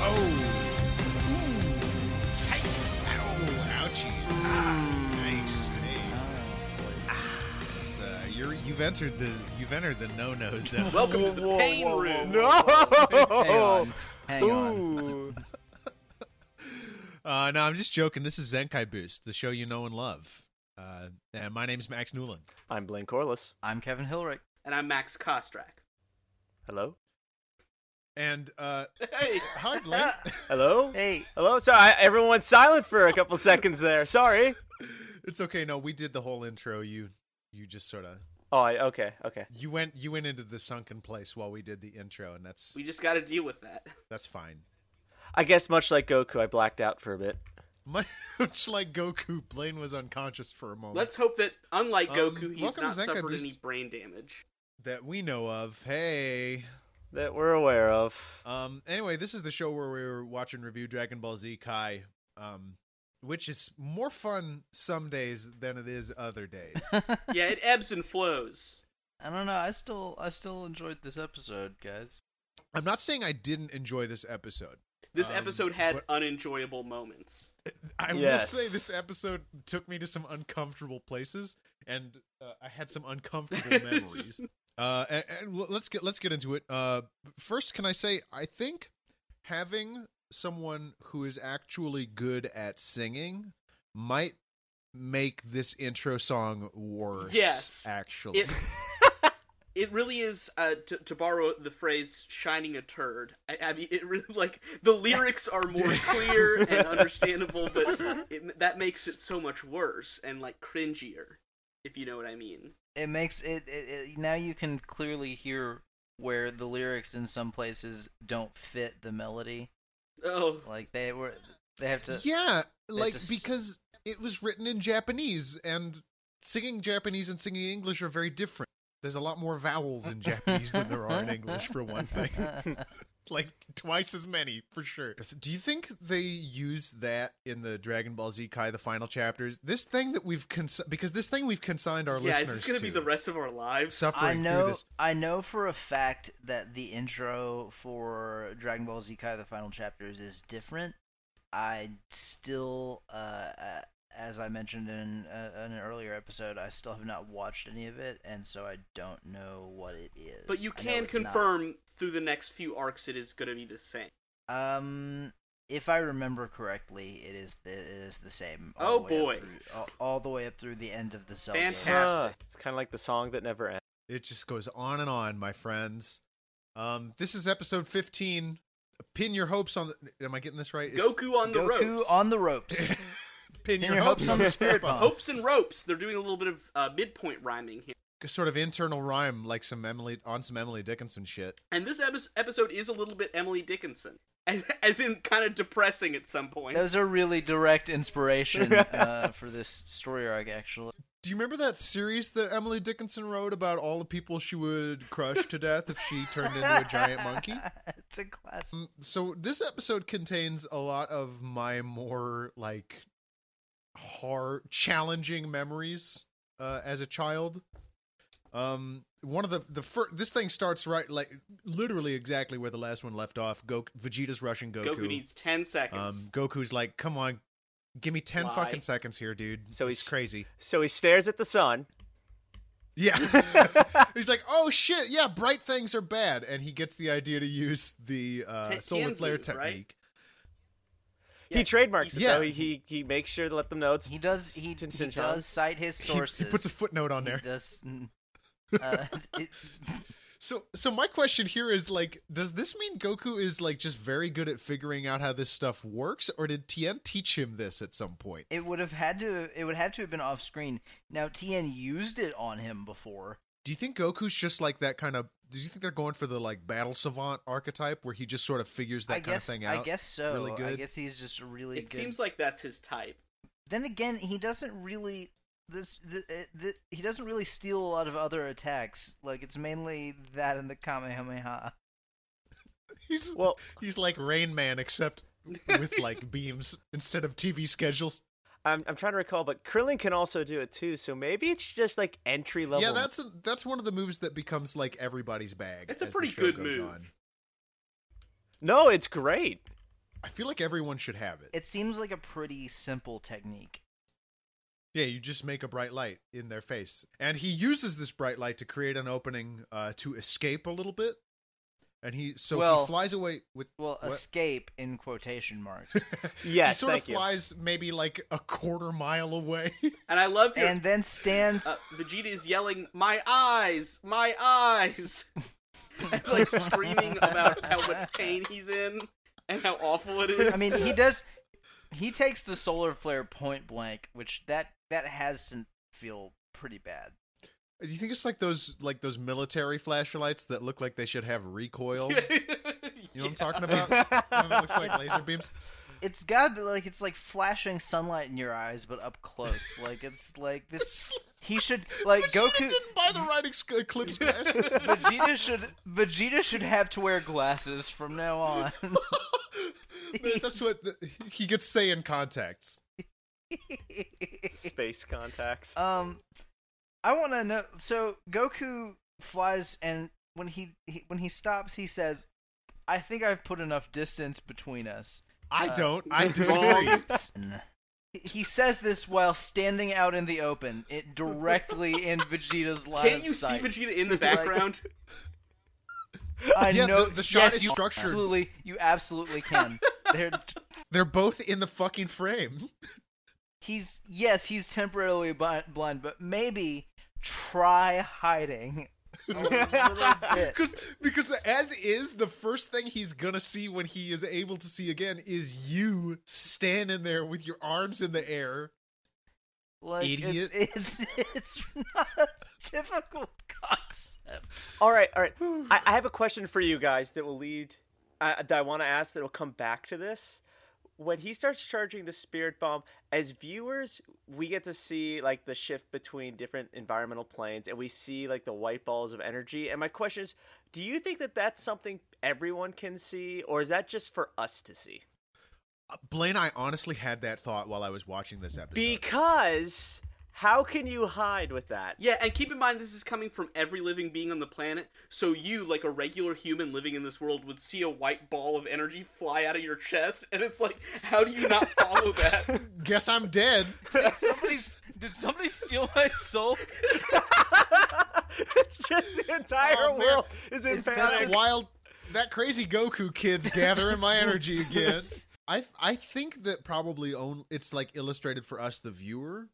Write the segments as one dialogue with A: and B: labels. A: Oh. Ooh. Yikes. Ow. Ouchies. Ah, Yikes. Hey. Ah, It's, uh, you're, you've entered the you've entered the no-no zone.
B: Welcome to the pain room. Oh,
C: No.
D: Hang on.
C: Ooh.
A: Uh, no, I'm just joking. This is Zenkai Boost, the show you know and love. Uh, and my name's Max Newland.
C: I'm Blaine Corliss.
D: I'm Kevin Hilrich.
B: And I'm Max Kostrak.
C: Hello.
A: And uh,
B: Hey.
A: hi, Blaine.
C: Hello.
D: Hey.
C: Hello. Sorry, I, everyone went silent for a couple seconds there. Sorry.
A: it's okay. No, we did the whole intro. You you just sort of
C: Oh, I, okay. Okay.
A: you went you went into the sunken place while we did the intro, and that's
B: We just got to deal with that.
A: that's fine.
C: I guess much like Goku, I blacked out for a bit.
A: Much like Goku, Blaine was unconscious for a moment.
B: Let's hope that, unlike
A: Um,
B: Goku, he's
A: welcome
B: not
A: to Zenkai
B: suffered
A: Boost.
B: any brain damage.
A: that we know of. Hey.
C: That we're aware of.
A: Um anyway, this is the show where we were watch and review Dragon Ball Z Kai, um which is more fun some days than it is other days.
B: yeah, it ebbs and flows.
D: I don't know. I still I still enjoyed this episode, guys.
A: I'm not saying I didn't enjoy this episode.
B: This
A: Um,
B: episode had
A: what-
B: unenjoyable moments.
A: I
C: Yes.
A: will say this episode took me to some uncomfortable places, and uh, I had some uncomfortable memories. Uh, and, and l- let's get let's get into it. Uh, first, can I say I think having someone who is actually good at singing might make this intro song worse.
B: Yes.
A: actually,
B: It it really is uh, to, to borrow the phrase "shining a turd." I, I mean, it really like the lyrics are more clear and understandable, but it, that makes it so much worse and like cringier, if you know what I mean.
D: It makes it, it, it now you can clearly hear where the lyrics in some places don't fit the melody.
B: Oh,
D: Like they were they have to
A: yeah, like
D: just-
A: because it was written in Japanese, and singing Japanese and singing English are very different. There's a lot more vowels in Japanese than there are in English, for one thing. like twice as many for sure. Do you think they use that in the Dragon Ball Z Kai the final chapters? This thing that we've cons- because this thing we've consigned our
B: yeah,
A: listeners
B: it's gonna
A: to
B: be the rest of our lives.
D: I
A: suffering through
D: know
A: this.
D: I know for a fact that the intro for Dragon Ball Z Kai the final chapters is different. I still uh, uh, as I mentioned in, uh, in an earlier episode, I still have not watched any of it and so I don't know what it is.
B: but you
D: I know
B: can
D: it's not-
B: confirm through the next few arcs it is gonna be the same.
D: Um, if I remember correctly, it is the, it is the same.
B: Oh,
D: the way up
B: boy.
D: through- all, all the way up through the end of the cell.
B: Fantastic.
D: Series.
C: Huh. It's kind of like the song that never ends.
A: It just goes on and on, my friends. Um, this is episode 15. Pin your hopes on the. Am I getting this right? It's
B: Goku on the
D: Goku
B: ropes.
D: on the ropes.
A: pin,
D: your hopes on the spirit bomb.
B: Hopes and ropes. They're doing a little bit of uh, midpoint rhyming here.
A: Sort of internal rhyme, like some Emily on some Emily Dickinson shit.
B: And this epi- episode is a little bit Emily Dickinson, as, as in kind of depressing at some point.
D: Those are really direct inspiration uh, for this story arc, actually.
A: Do you remember that series that Emily Dickinson wrote about all the people she would crush to death if she turned into a giant monkey?
D: it's a classic.
A: Um, so this episode contains a lot of my more like hard challenging memories uh, as a child um one of the the first this thing starts right like literally exactly where the last one left off go vegeta's rushing goku,
B: Goku. needs 10
A: um
B: seconds.
A: goku's like come on give me 10
B: Why?
A: fucking seconds here dude
C: So
A: it's
C: he's-
A: crazy
C: So he stares at the sun.
A: yeah. He's like, oh shit, yeah, bright things are bad. And he gets the idea to use the uh,
B: Ta-
A: solar
B: Tanzu,
A: flare
B: right?
A: technique.
B: Yeah,
C: he trademarks it,
A: yeah.
C: so he, he he makes sure to let them know it's
D: He does. He, he
C: Tintin Chan.
D: does cite his
A: He-
D: sources.
A: He, puts a footnote on
D: He
A: there.
D: does. mm. Uh, it,
A: So so my question here is like does this mean Goku is like just very good at figuring out how this stuff works or did Tien teach him this at some point?
D: it would have had to. It would have to have been off screen. Now Tien used it on him before.
A: Do you think Goku's just like that kind of do you think they're going for the like battle savant archetype where he just sort of figures that
D: I
A: kind
D: guess.
A: of thing out?
D: I guess so.
A: really
D: I
A: good?
D: guess he's just a really.
B: It
D: good
B: seems like that's his type.
D: then again, he doesn't really this the, uh, the, he doesn't really steal a lot of other attacks. Like it's mainly that and the Kamehameha.
A: He's
C: Well,
A: he's like Rain Man except with like beams instead of TV schedules.
C: I'm, I'm trying to recall, but Krillin can also do it too. So maybe it's just like entry level.
A: Yeah, that's a, that's one of the moves that becomes like everybody's bag.
B: It's a
A: as the
B: pretty
A: show
B: good
A: goes
B: move.
A: On.
C: no, it's great.
A: I feel like everyone should have it.
D: It seems like a pretty simple technique.
A: Yeah, you just make a bright light in their face. And he uses this bright light to create an opening uh, to escape a little bit. And he so
D: Well-
A: he flies away with
D: Well,
A: What?
D: escape in quotation marks,
C: Yes,
A: he sort
C: thank
A: of
C: you.
A: flies maybe like a quarter mile away.
B: And I love your
D: and then stands.
B: uh, Vegeta is yelling, "My eyes, my eyes!" and, like screaming about how much pain he's in and how awful it is.
D: I mean, he does. He takes the solar flare point blank, which that that has to feel pretty bad.
A: Do you think it's like those like those military flashlights that look like they should have recoil? You know what I'm talking about? You know, it looks like laser beams.
D: It's gotta be like it's like flashing sunlight in your eyes, but up close. like it's like this. He should like
A: Vegeta
D: Goku.
A: didn't buy the right ex- eclipse glasses.
D: Vegeta should Vegeta should have to wear glasses from now on.
A: That's what the, he gets say in contacts.
C: Space contacts.
D: um, I want to know. So Goku flies, and when he, he when he stops, he says, "I think I've put enough distance between us."
A: I
D: Uh,
A: don't. I disagree.
D: He- He says this while standing out in the open, it directly in Vegeta's line
B: Can't
D: of
B: you see
D: sight.
B: Vegeta in the
D: Like-
B: background?
D: I
A: Yeah,
D: know
A: the- the shot
D: yes,
A: is
D: you
A: structured.
D: Absolutely, you absolutely can. They're
A: They're both in the fucking frame.
D: he's yes, he's temporarily blind, blind but maybe try hiding a little bit.
A: Because because the as is the first thing he's gonna see when he is able to see again is you standing there with your arms in the air.
D: Like
A: Idiot.
D: It's, it's it's not a difficult concept.
C: All right, all right. I, I have a question for you guys that will lead, uh, that I want to ask that will come back to this. When he starts charging the spirit bomb, as viewers, we get to see like the shift between different environmental planes, and we see like the white balls of energy. And my question is, do you think that that's something everyone can see, or is that just for us to see?
A: Uh, Blaine, I honestly had that thought while I was watching this episode.
C: Because how can you hide with that?
B: Yeah, and keep in mind this is coming from every living being on the planet, so you, like a regular human living in this world, would see a white ball of energy fly out of your chest, and it's like, how do you not follow that?
A: Guess I'm dead.
D: Somebody's did somebody steal my soul?
C: just the entire
A: Oh, man.
C: world is in
D: Is that
C: panic.
A: that wild, that crazy Goku kid's gathering my energy again. I I think that probably own it's like illustrated for us the viewer.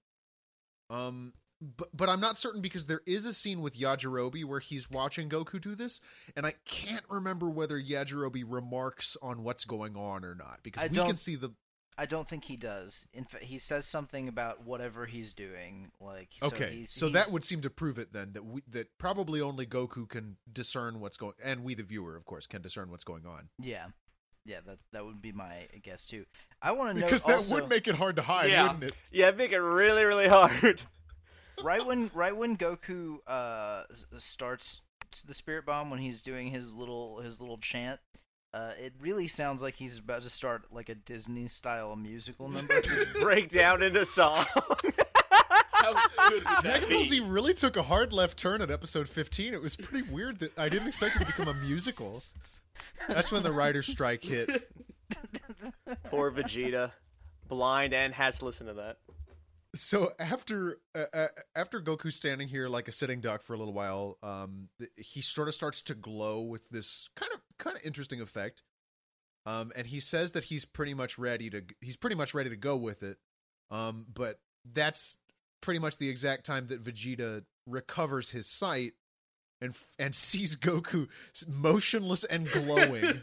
A: Um but but I'm not certain because there is a scene with Yajirobe where he's watching Goku do this and I can't remember whether Yajirobe remarks on what's going on or not because
D: I
A: we can
D: don't-
A: see the
D: I don't think he does. In fact, he says something about whatever he's doing. Like so
A: Okay.
D: he's-
A: So,
D: he's-
A: that would seem to prove it then that we that probably only Goku can discern what's going and we the viewer of course can discern what's going on
D: yeah, yeah. That that would be my guess too. I want to know
A: because that
D: also,
A: would make it hard to hide
C: Yeah.
A: wouldn't it
C: Yeah, make it really, really hard.
D: right when right when Goku uh s- starts the spirit bomb when he's doing his little his little chant. Uh, it really sounds like he's about to start like a Disney style musical number.
C: Break down into song.
B: How good would that
A: Dragon Ball Z
B: be?
A: really took a hard left turn at episode 15. It was pretty weird that I didn't expect it to become a musical. That's when the writer's strike hit.
C: Poor Vegeta, blind and has to listen to that.
A: So after uh, uh, after Goku's standing here like a sitting duck for a little while, um, th- he sort of starts to glow with this kind of kind of interesting effect. Um, and he says that he's pretty much ready to he's pretty much ready to go with it. Um, but that's pretty much the exact time that Vegeta recovers his sight and f- and sees Goku s- motionless and glowing.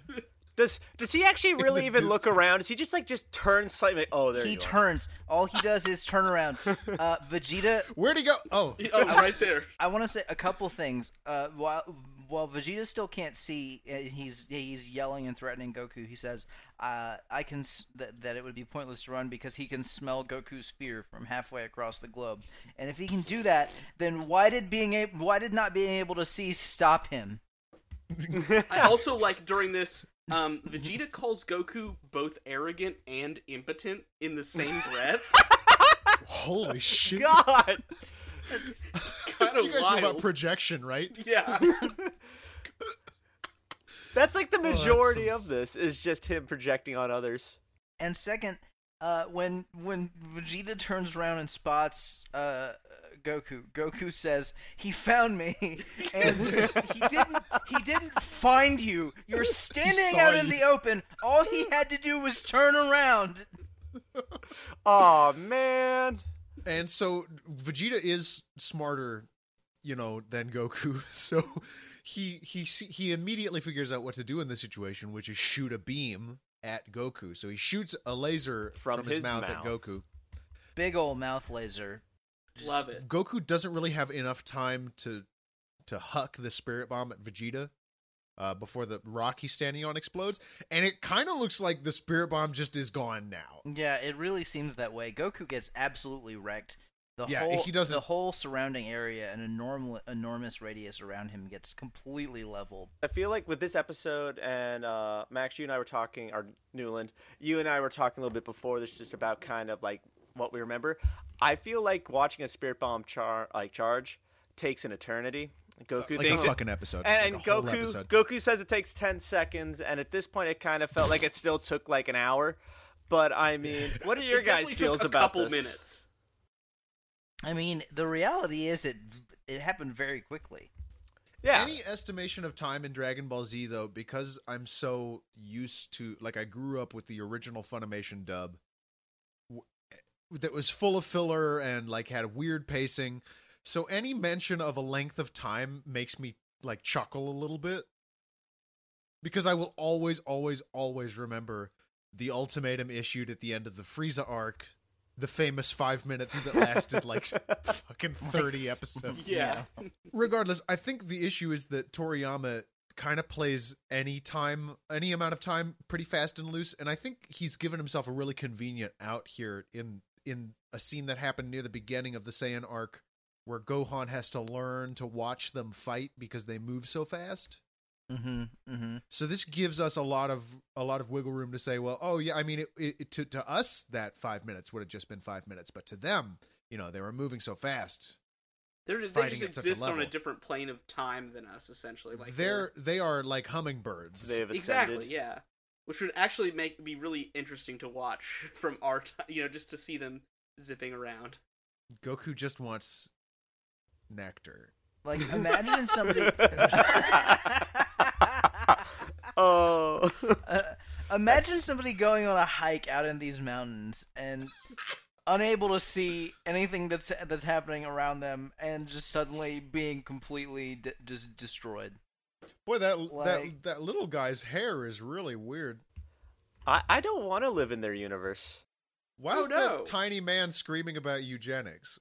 C: Does does he actually really
A: the
C: even look around? Does he just like just turn slightly? Oh, there
D: He
C: you are.
D: turns. All he does is turn around. Uh, Vegeta
A: Where'd he go? Oh,
B: Oh, right there.
D: I want to say a couple things. Uh, while while Vegeta still can't see, and he's he's yelling and threatening Goku. He says, uh, "I can s- that that it would be pointless to run because he can smell Goku's fear from halfway across the globe. And if he can do that, then why did being a- why did not being able to see stop him?
B: I also like during this, um, Vegeta calls Goku both arrogant and impotent in the same breath.
A: holy shit!
C: God.
B: kind of
A: You guys know
B: wild.
A: about projection, right?
B: yeah.
C: That's like the
A: Oh, that's
C: majority
A: some-
C: of this is just him projecting on others.
D: And second, uh, when when Vegeta turns around and spots uh, Goku, Goku says, "He found me, and he didn't. He didn't find you. You're standing
A: saw
D: out in
A: you."
D: the open. All he had to do was turn around."
C: Oh man.
A: And so Vegeta is smarter, you know, than Goku. So he he se- he immediately figures out what to do in this situation, which is shoot a beam at Goku. So he shoots a laser
C: From
A: from, his,
C: his
A: mouth, at
C: mouth.
A: Goku.
D: Big old mouth laser.
B: Love it.
A: Goku doesn't really have enough time to to huck the spirit bomb at Vegeta uh, before the rock he's standing on explodes, and it kind of looks like the spirit bomb just is gone now.
D: Yeah, it really seems that way. Goku gets absolutely wrecked. The
A: Yeah,
D: whole
A: he doesn't-
D: the whole surrounding area, an enormous enormous radius around him, gets completely leveled.
C: I feel like with this episode and uh, Max, you and I were talking, or Newland, you and I were talking a little bit before this, just about kind of like what we remember. I feel like watching a spirit bomb char like charge takes an eternity. Goku
A: Like a
C: thinks it-
A: fucking episode,
C: and,
A: like a whole
C: Goku
A: episode.
C: Goku says it takes ten seconds, and at this point, it kind of felt like it still took like an hour. But I mean, what are your
B: It
C: guys
B: definitely
C: feels
B: took a
C: about
B: couple
C: this?
B: minutes.
D: I mean, the reality is it it happened very quickly.
C: Yeah,
A: Any estimation of time in Dragon Ball Z, though, because I'm so used to, like, I grew up with the original Funimation dub w- eh, that was full of filler and, like, had a weird pacing. So any mention of a length of time makes me, like, chuckle a little bit. Because I will always, always, always remember the ultimatum issued at the end of the Frieza arc, the famous five minutes that lasted, like, fucking 30 episodes
B: Yeah.
A: regardless, I think the issue is that Toriyama kind of plays any time, any amount of time, pretty fast and loose, and I think he's given himself a really convenient out here in in a scene that happened near the beginning of the Saiyan arc, where Gohan has to learn to watch them fight because they move so fast.
D: Mm-hmm. Mm-hmm.
A: So this gives us a lot of a lot of wiggle room to say, well, oh yeah, I mean, it, it, it- to to us that five minutes would have just been five minutes, but to them, you know, they were moving so fast.
B: They're just, they
A: Fighting
B: just
A: at such a
B: exist on a
A: level.
B: different plane of time than us, essentially. Like
A: they're they are like hummingbirds.
C: they have ascended.
B: exactly yeah, which would actually make be really interesting to watch from our time. You know, just to see them zipping around.
A: Goku just wants nectar.
D: Like imagine somebody.
C: Oh,
D: Uh, imagine somebody going on a hike out in these mountains and unable to see anything that's that's happening around them, and just suddenly being completely d- just destroyed.
A: Boy, that
D: Like-
A: that that little guy's hair is really weird.
C: I, I don't want to live in their universe.
A: Why
B: Oh,
A: is
B: no.
A: that tiny man screaming about eugenics?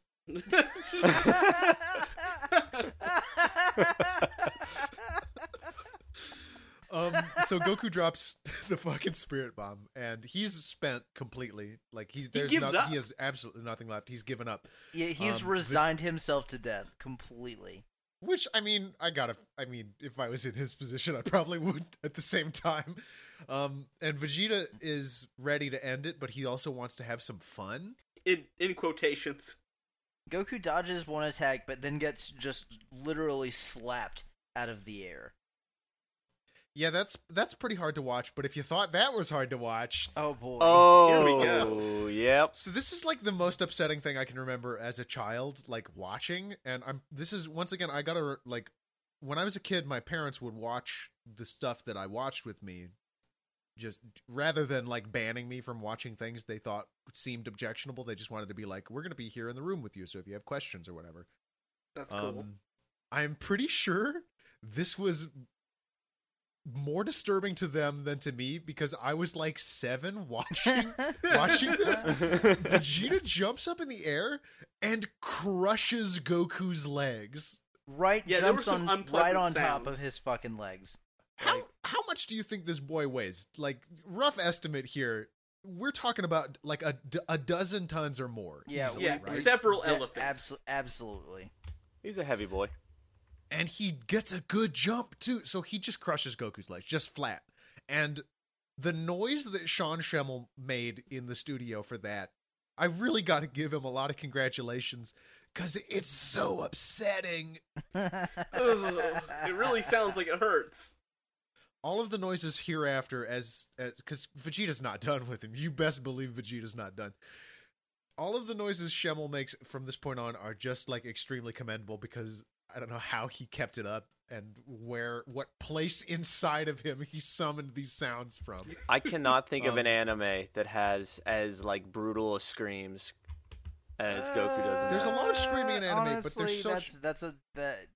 A: Um, so Goku drops the fucking spirit bomb, and he's spent completely. Like he's there's
B: gives
A: no-
B: up.
A: he has absolutely nothing left. He's given up.
D: Yeah, he's
A: Um, the-
D: resigned himself to death completely.
A: Which I mean, I gotta. I mean, if I was in his position, I probably would at the same time. Um, and Vegeta is ready to end it, but he also wants to have some fun.
B: in in quotations.
D: Goku dodges one attack, but then gets just literally slapped out of the air.
A: Yeah, that's that's pretty hard to watch. But if you thought that was hard to watch,
D: Oh boy.
C: Oh,
B: we go.
C: yep.
A: so this is like the most upsetting thing I can remember as a child, like watching. And I'm this is once again I gotta like when I was a kid, my parents would watch the stuff that I watched with me, just rather than like banning me from watching things they thought seemed objectionable. They just wanted to be like, we're gonna be here in the room with you, so if you have questions or whatever.
B: That's cool.
A: Um, I'm pretty sure this was more disturbing to them than to me because I was like seven watching watching this. Vegeta jumps up in the air and crushes Goku's legs.
D: Right
B: Yeah, there were
D: jumps
B: some
D: on right
B: unpleasant
D: on top of
B: sounds.
D: his fucking legs.
A: How
D: Like-
A: how much do you think this boy weighs? Like rough estimate here. We're talking about like a, d- a dozen tons or more.
D: Yeah,
A: easily,
B: yeah,
A: right?
B: several
D: Yeah,
B: elephants.
D: abso- absolutely.
C: He's a heavy boy.
A: and he gets a good jump too. So he just crushes Goku's legs, just flat. And the noise that Sean Schemmel made in the studio for that, I really got to give him a lot of congratulations because it's so upsetting.
B: Ugh, it really sounds like it hurts.
A: All of the noises hereafter, as because Vegeta's not done with him, you best believe Vegeta's not done. All of the noises Schemmel makes from this point on are just like extremely commendable because I don't know how he kept it up and where what place inside of him he summoned these sounds from.
C: I cannot think of
A: Um,
C: an anime that has as like brutal a screams as Goku does. in
A: Uh, There's a
C: that.
A: lot of screaming in
D: Uh,
A: anime, but
D: honestly,
A: there's so-
D: that's that's a that.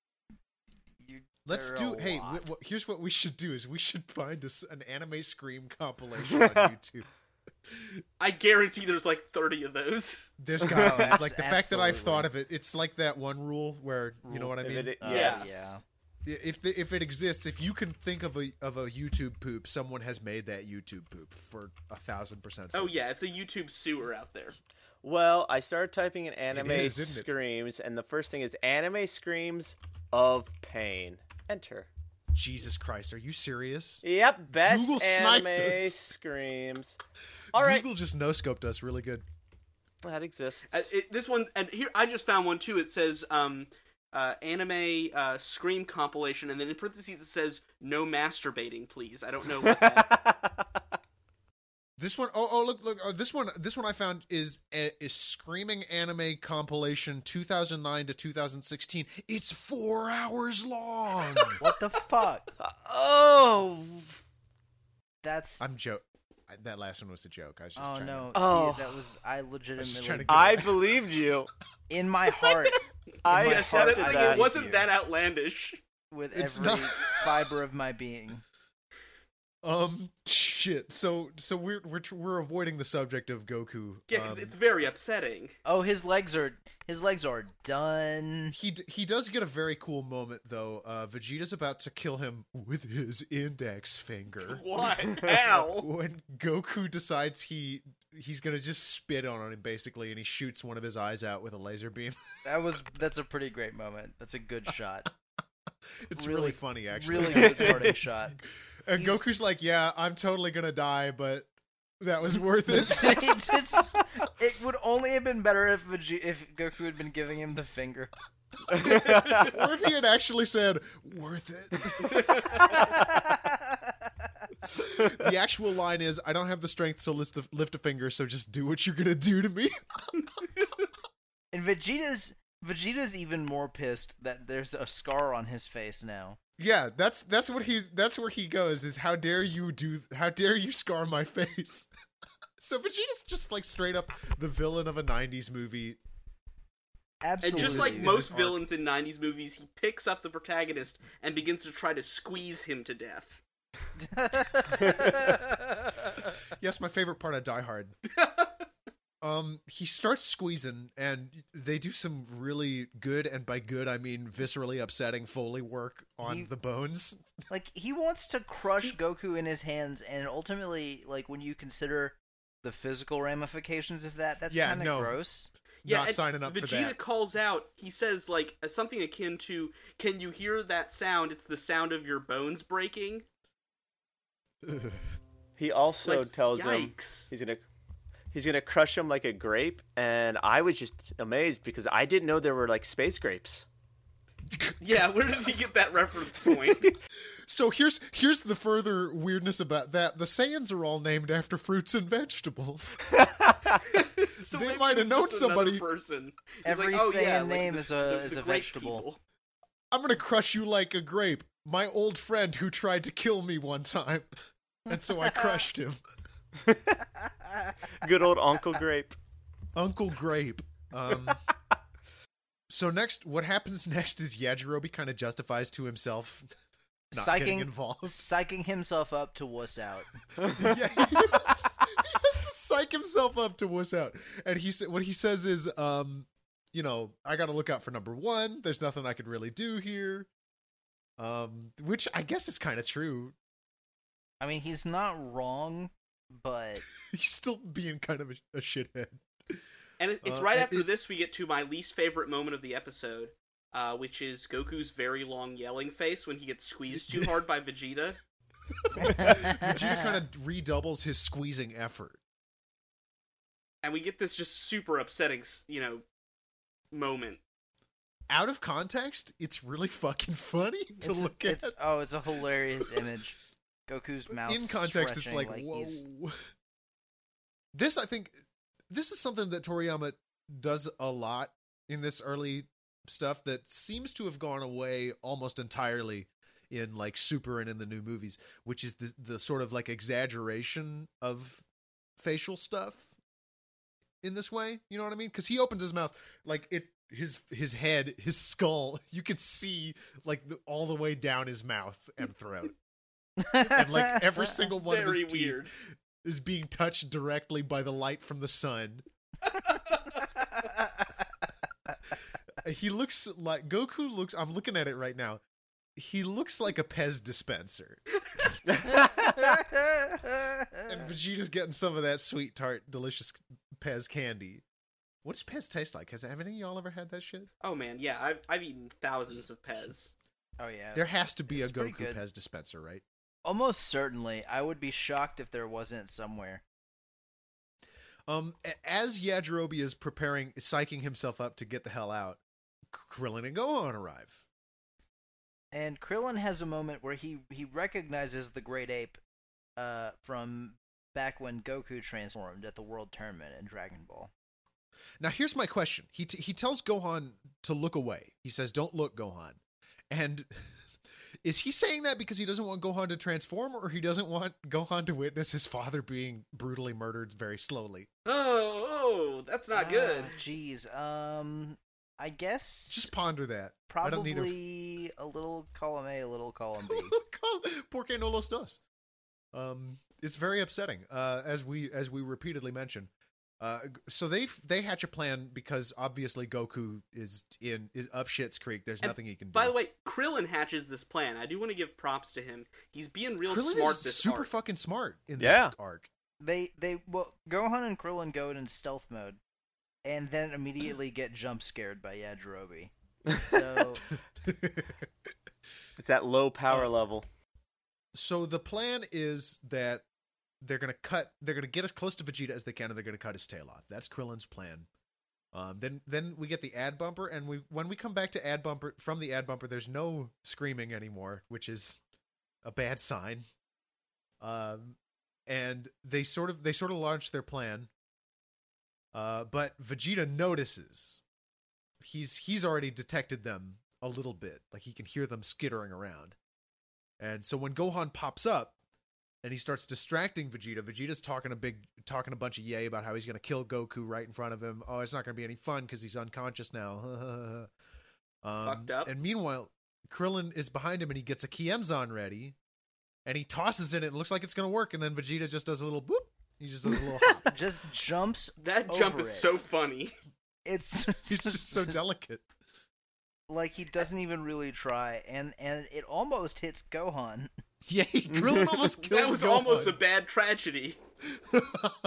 D: You,
A: Let's
D: there are
A: do.
D: a
A: Hey,
D: lot.
A: w- w- here's what we should do: is we should find a s an anime scream compilation on YouTube.
B: I guarantee there's like 30 of those.
A: There's got
D: Oh,
A: like the fact that I've
D: absolutely.
A: thought of it. It's like that one rule where you know what I
C: If
A: mean.
C: it-
D: Uh,
C: yeah.
B: Yeah.
D: yeah.
A: if the, if it exists, if you can think of a of a YouTube poop, someone has made that YouTube poop for a thousand percent.
B: Oh
A: certain.
B: yeah, it's a YouTube sewer out there.
C: Well, I started typing in anime
A: is, isn't it?
C: screams, and the first thing is anime screams of pain. Enter.
A: Jesus Christ, are you serious?
C: Yep, best
A: Google sniped
C: anime
A: us.
C: screams. All right,
A: Google just no scoped us really good.
C: that exists.
B: Uh, it, this one and here I just found one too. It says um, uh, anime uh, scream compilation, and then in parentheses it says no masturbating, please. I don't know what that.
A: This one, oh, oh look, look, oh, this one, this one I found is uh, is screaming anime compilation 2009 to 2016. It's four hours long.
D: What the fuck?
C: oh,
D: That's
A: I'm joke. I- That last one was a joke. I was just
D: oh
A: trying
D: no.
A: To,
C: Oh.
D: See, that was I
A: trying to
D: legitimately
A: get-
C: I believed you.
D: in my heart
C: I
D: my
B: I said
C: accepted
B: it,
D: heart,
B: like,
D: I
C: that.
B: it wasn't
D: you.
B: that outlandish.
D: with
A: It's
D: every
A: not-
D: fiber of my being.
A: um, shit. So, so we're we're tr- we're avoiding the subject of Goku.
B: Yeah, 'cause
A: um,
B: it's very upsetting.
D: Oh, his legs are his legs are done.
A: He d- he does get a very cool moment though. Uh, Vegeta's about to kill him with his index finger
B: What? How?
A: when Goku decides he he's gonna just spit on him basically, and he shoots one of his eyes out with a laser beam.
D: That was that's a pretty great moment. That's a good shot.
A: it's really,
D: Really-
A: funny actually.
D: Really good parting shot.
A: and
D: he's-
A: Goku's like, "Yeah, I'm totally gonna die, but that was worth it."
D: It just- it would only have been better if Vegeta, if Goku had been giving him the finger.
A: or if he had actually said, "Worth it." the actual line is, "I don't have the strength to lift a, lift a finger, so just do what you're gonna do to me."
D: And Vegeta's Vegeta's even more pissed that there's a scar on his face now.
A: Yeah, that's that's what he that's where he goes is how dare you do how dare you scar my face. so Vegeta's just like straight up the villain of a 90s movie.
B: And
D: Absolutely.
B: just
A: In
B: like
A: this
B: most
A: arc.
B: villains in 90s movies, he picks up the protagonist and begins to try to squeeze him to death.
A: Yes, my favorite part of Die Hard. um he starts squeezing and they do some really good and by good I mean viscerally upsetting foley work on
D: You-
A: the bones.
D: like he wants to crush Goku in his hands, and ultimately, like when you consider the physical ramifications of that, that's
A: Yeah,
D: kind of
A: no.
D: gross.
A: Not
B: and
A: signing up
B: Vegeta
A: for that.
B: calls out. He says like uh, something akin to, "Can you hear that sound? It's the sound of your bones breaking."
C: He also
B: Like,
C: tells him
B: yikes.
C: he's gonna he's gonna crush him like a grape, and I was just amazed because I didn't know there were like space grapes.
B: Yeah, where did he get that reference point?
A: So here's here's the further weirdness about that. The Saiyans are all named after fruits and vegetables.
B: so
A: They
B: maybe
A: might have
B: it's
A: known
B: just another
A: somebody.
B: Person. He's
D: Every
B: like, oh, yeah,
D: Saiyan
B: like,
D: name
B: the-
D: is a-
B: the-
D: is
B: the
D: a
B: grape
D: vegetable.
B: people.
A: I'm gonna crush you like a grape. My old friend who tried to kill me one time. And so I crushed him.
C: Good old Uncle Grape.
A: Uncle Grape. Um So next, what happens next is Yajirobe kind of justifies to himself not getting
D: psyching
A: involved.
D: psyching himself up to wuss out.
A: yeah, he has, he has to psych himself up to wuss out. And he sa- what he says is, um, you know, I got to look out for number one. There's nothing I could really do here. Um, which I guess is kind of true.
D: I mean, he's not wrong, but
A: He's still being kind of a, a shithead.
B: And it, it's
A: Uh,
B: right
A: it
B: after
A: is-
B: this we get to my least favorite moment of the episode, uh, which is Goku's very long yelling face when he gets squeezed too hard by Vegeta.
A: Vegeta kind of redoubles his squeezing effort.
B: And we get this just super upsetting, s- you know, moment.
A: Out of context, it's really fucking funny to
D: it's,
A: look
D: it's
A: at.
D: oh, it's a hilarious image. Goku's mouth
A: in context it's
D: stretching
A: like,
D: like
A: whoa
D: he's-
A: this i think this is something that toriyama does a lot in this early stuff that seems to have gone away almost entirely in like super and in the new movies which is the, the sort of like exaggeration of facial stuff in this way you know what i mean because he opens his mouth like it his his head his skull you can see like the, all the way down his mouth and throat and like every single one of
B: very
A: his teeth
B: weird.
A: is being touched directly by the light from the sun. He looks like Goku looks. I'm looking at it right now. He looks like a Pez dispenser, and Vegeta's getting some of that sweet, tart, delicious Pez candy. What does Pez taste like? Has have any of y'all ever had that shit?
B: Oh man, yeah, I've I've eaten thousands of Pez.
D: oh yeah,
A: There has to be a
D: it's pretty
A: Goku
D: good.
A: Pez dispenser, right?
D: almost certainly. I would be shocked if there wasn't somewhere.
A: Um, a- as Yajirobe is preparing, psyching himself up to get the hell out, Krillin and Gohan arrive.
D: And Krillin has a moment where he he recognizes the Great Ape, uh, from back when Goku transformed at the World Tournament in Dragon Ball.
A: Now here's my question. He t- he tells Gohan to look away. He says, "Don't look, Gohan." And is he saying that because he doesn't want Gohan to transform or he doesn't want Gohan to witness his father being brutally murdered very slowly?
B: Oh, oh, that's not
D: Ah,
B: good.
D: Jeez. Um, I guess
A: Just ponder that. I don't
D: probably
A: need a-
D: a little column A, a little column B.
A: Por qué no los dos? Um, it's very upsetting. Uh, as we as we repeatedly mention, uh, g- so they f- they hatch a plan because obviously Goku is in is up shit's creek. There's
B: And
A: nothing he can do.
B: By the way, Krillin hatches this plan. I do want to give props to him. He's being real
A: Krillin
B: smart
A: is
B: this
A: super
B: arc.
A: fucking smart in
C: Yeah.
A: this arc.
D: they they well Gohan and Krillin go in stealth mode, and then immediately get jump scared by Yajirobe. So
C: It's that low power level.
A: so the plan is that they're gonna cut. They're gonna get as close to Vegeta as they can, and they're gonna cut his tail off. That's Krillin's plan. Um, then then we get the ad bumper, and we when we come back to ad bumper from the ad bumper, there's no screaming anymore, which is a bad sign. Um, and they sort of they sort of launch their plan. Uh, but Vegeta notices. He's he's already detected them a little bit, like he can hear them skittering around. And so when Gohan pops up and he starts distracting Vegeta, Vegeta's talking a big talking a bunch of yay about how he's going to kill Goku right in front of him. Oh, it's not going to be any fun cuz he's unconscious now. um,
B: Fucked up.
A: And meanwhile, Krillin is behind him and he gets a Kiemzan ready and he tosses in it and looks like it's going to work and then Vegeta just does a little boop. He just does a little hop.
D: just jumps.
B: That jump
D: over
B: is
D: it.
B: so funny.
D: It's
A: He's just so delicate.
D: like he doesn't even really try, and and it almost hits Gohan.
A: Yeah, he- Krillin almost kills
B: that was
A: Gohan.
B: almost a bad tragedy.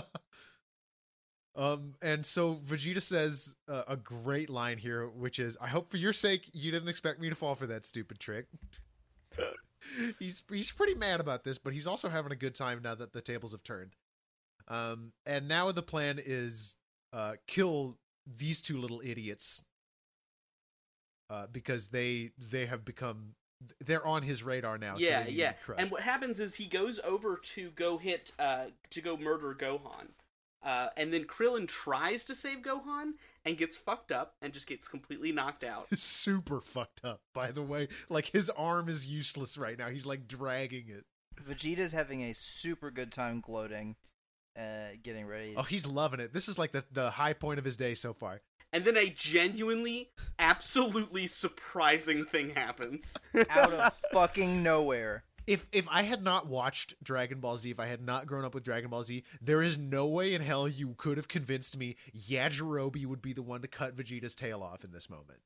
A: um, and so Vegeta says uh, a great line here, which is, "I hope for your sake you didn't expect me to fall for that stupid trick." he's he's pretty mad about this, but he's also having a good time now that the tables have turned. Um, and now the plan is uh, kill these two little idiots uh, because they they have become they're on his radar now. so
B: yeah,
A: they need to
B: yeah.
A: be crushed.
B: And what happens is he goes over to go hit, uh, to go murder Gohan. Uh, and then Krillin tries to save Gohan and gets fucked up and just gets completely knocked out.
A: is super fucked up by the way like his arm is useless right now he's like dragging it
D: Vegeta's having a super good time gloating, uh, getting ready.
A: oh he's loving it this is like the, the high point of his day so far
B: and then a genuinely, absolutely surprising thing happens.
D: out of fucking nowhere.
A: If if I had not watched Dragon Ball Z, if I had not grown up with Dragon Ball Z, there is no way in hell you could have convinced me Yajirobe would be the one to cut Vegeta's tail off in this moment.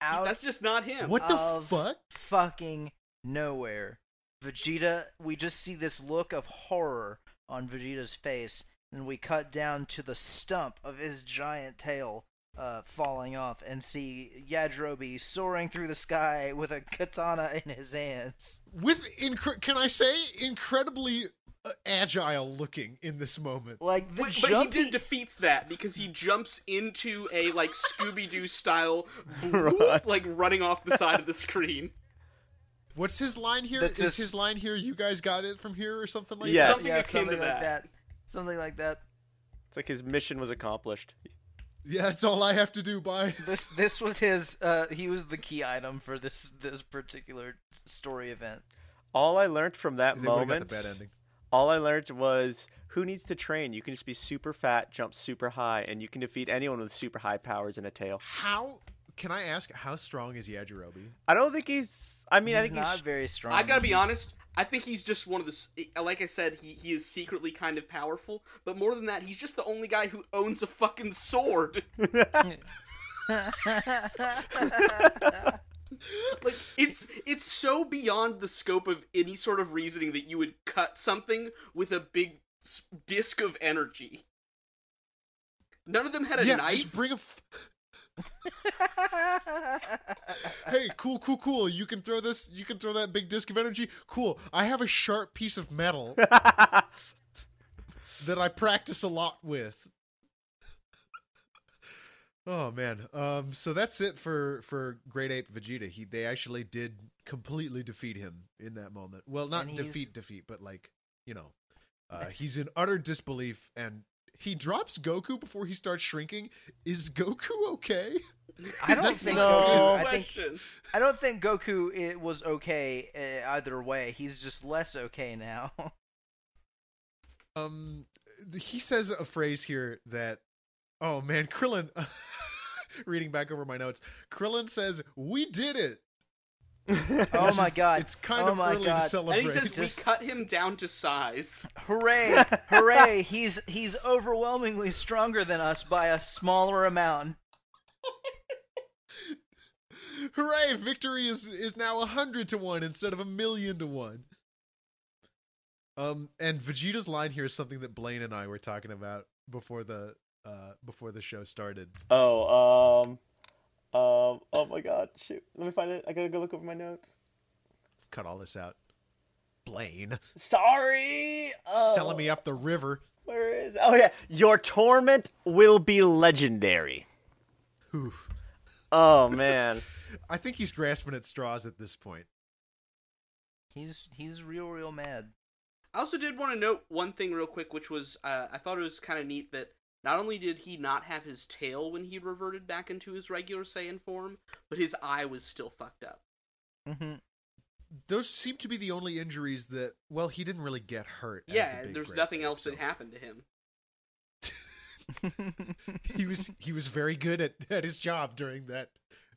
D: Out
B: That's just not him.
A: What the
D: of
A: fuck?
D: Fucking nowhere. Vegeta, we just see this look of horror on Vegeta's face, and we cut down to the stump of his giant tail uh, falling off and see Yajirobe soaring through the sky with a katana in his hands.
A: With incre- can I say incredibly uh, agile looking in this moment?
D: Like the
B: But, but he
D: jumpy
B: just defeats that because he jumps into a like Scooby Doo style, like running off the side of the screen.
A: What's his line here?
C: That's
A: Is
C: just-
A: his line here? You guys got it from here or something like
C: Yeah.
A: that?
B: Something
D: yeah,
B: akin
D: something
B: to
D: like
B: that.
D: that. Something like that.
C: It's like his mission was accomplished.
A: Yeah, that's all I have to do. Bye.
D: This this was his. Uh, he was the key item for this this particular s- story event.
C: All I learned from that
A: They would've
C: moment.
A: got the bad ending.
C: All I learned was who needs to train? You can just be super fat, jump super high, and you can defeat anyone with super high powers and a tail.
A: How can I ask? How strong is Yajirobe?
C: I don't think he's. I mean, I
D: he's
C: think
D: not
C: he's.
D: very strong.
B: I gotta be
D: He's-
B: honest. I think he's just one of the. s- eh, Like I said, he, he is secretly kind of powerful, but more than that, he's just the only guy who owns a fucking sword. like it's it's so beyond the scope of any sort of reasoning that you would cut something with a big s- disc of energy. None of them had a
A: yeah,
B: knife.
A: just bring a. F- hey, cool, cool, cool. You can throw this. You can throw that big disc of energy. Cool. I have a sharp piece of metal that I practice a lot with. Oh man. Um. So that's it for for Great Ape Vegeta. He they actually did completely defeat him in that moment. Well, not
D: And he's-
A: defeat, defeat, but like you know, uh, he's in utter disbelief and. He drops Goku before he starts shrinking. Is Goku okay?
D: I don't
A: That's
D: think
A: not
D: Goku.
C: a
D: I think
B: Question.
D: I don't think Goku it was okay uh, either way. He's just less okay now.
A: Um, th- he says a phrase here that, oh man, Krillin. reading back over my notes, Krillin says, "We did it."
D: oh
A: Which
D: my
A: is-
D: god!
A: it's kind
D: oh
A: of
D: my
A: early
D: god.
A: to
B: And
A: celebrate.
B: he says
D: Just-
B: we cut him down to size.
D: Hooray! Hooray! he's he's overwhelmingly stronger than us by a smaller amount.
A: Hooray! Victory is is now a hundred to one instead of a million to one. Um, and Vegeta's line here is something that Blaine and I were talking about before the uh before the show started.
C: oh, um, um, oh my God! Shoot, let me find it. I gotta go look over my notes.
A: Cut all this out. Blaine
C: Sorry. Oh,
A: selling me up the river.
C: Where is? Oh yeah, your torment will be legendary.
A: Oof.
C: Oh man.
A: I think he's grasping at straws at this point.
D: He's he's real real mad.
B: I also did want to note one thing real quick, which was uh, I thought it was kind of neat that not only did he not have his tail when he reverted back into his regular Saiyan form, but his eye was still fucked up.
D: hmm
A: those seem to be the only injuries that well he didn't really get hurt as
B: yeah,
A: the big
B: there's
A: Great
B: nothing
A: Ape,
B: else
A: so-
B: that happened to him.
A: he was he was very good at, at his job during that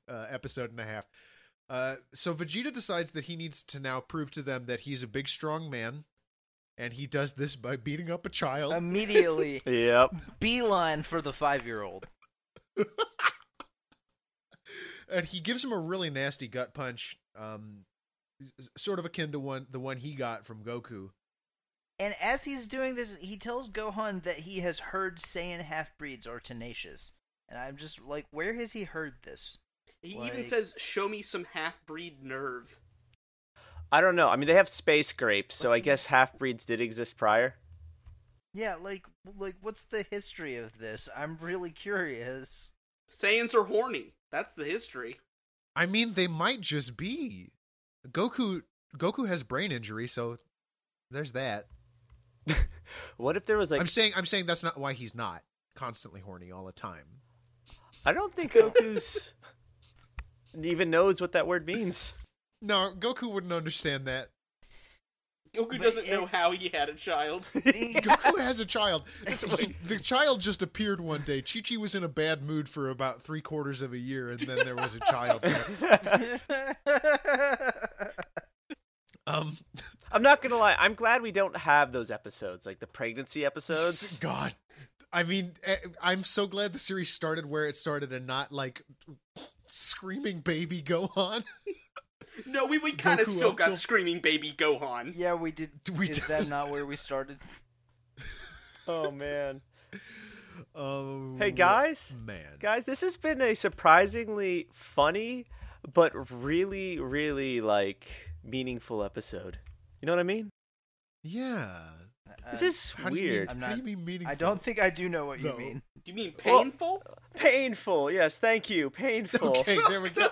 A: uh, episode and a half uh, so vegeta decides that he needs to now prove to them that he's a big strong man and he does this by beating up a child
D: Um, Immediately
C: Yep.
D: beeline for the five year old.
A: and he gives him a really nasty gut punch um, s- sort of akin to one the one he got from goku
D: And as he's doing this, he tells Gohan that he has heard Saiyan half breeds are tenacious. And I'm just like, where has he heard this?
B: He even
D: Like-
B: says, "Show me some half-breed nerve."
C: I don't know. I mean, they have space grapes, so I guess half breeds did exist prior.
D: Yeah, like, like what's the history of this? I'm really curious.
B: Saiyans are horny. That's the history.
A: i mean they might just be goku goku has brain injury so there's that
C: What if there was like?
A: I'm saying I'm saying that's not why he's not constantly horny all the time.
C: I don't think Goku's even knows what that word means.
A: No, Goku wouldn't understand that.
B: Goku
D: But
B: doesn't
D: it-
B: know how he had a child.
A: Goku has a child. the child just appeared one day. Chi Chi was in a bad mood for about three quarters of a year, and then there was a child there. Um,
C: I'm not gonna lie. I'm glad we don't have those episodes, like the pregnancy episodes.
A: God. I mean, eh, I'm so glad the series started where it started and not like screaming baby go on.
B: no, we, we kind of
A: Goku
B: still
A: up
B: got
A: till-
B: screaming baby Gohan.
D: yeah, we did.
A: We
D: is
A: did-
D: that not where we started?
C: Oh man,
A: Oh,
C: hey guys.
A: man.
C: Guys, this has been a surprisingly funny, but really, really like meaningful episode. You know what I mean?
A: Yeah.
C: This
D: Uh,
C: is
A: How do you mean,
C: weird.
D: I'm
A: How do
D: not-
A: you mean meaningful?
D: I don't think I do know what
A: No.
D: you mean.
B: You mean
C: Well-
B: painful?
C: Painful. Yes, thank you. Painful.
A: Okay, there we go.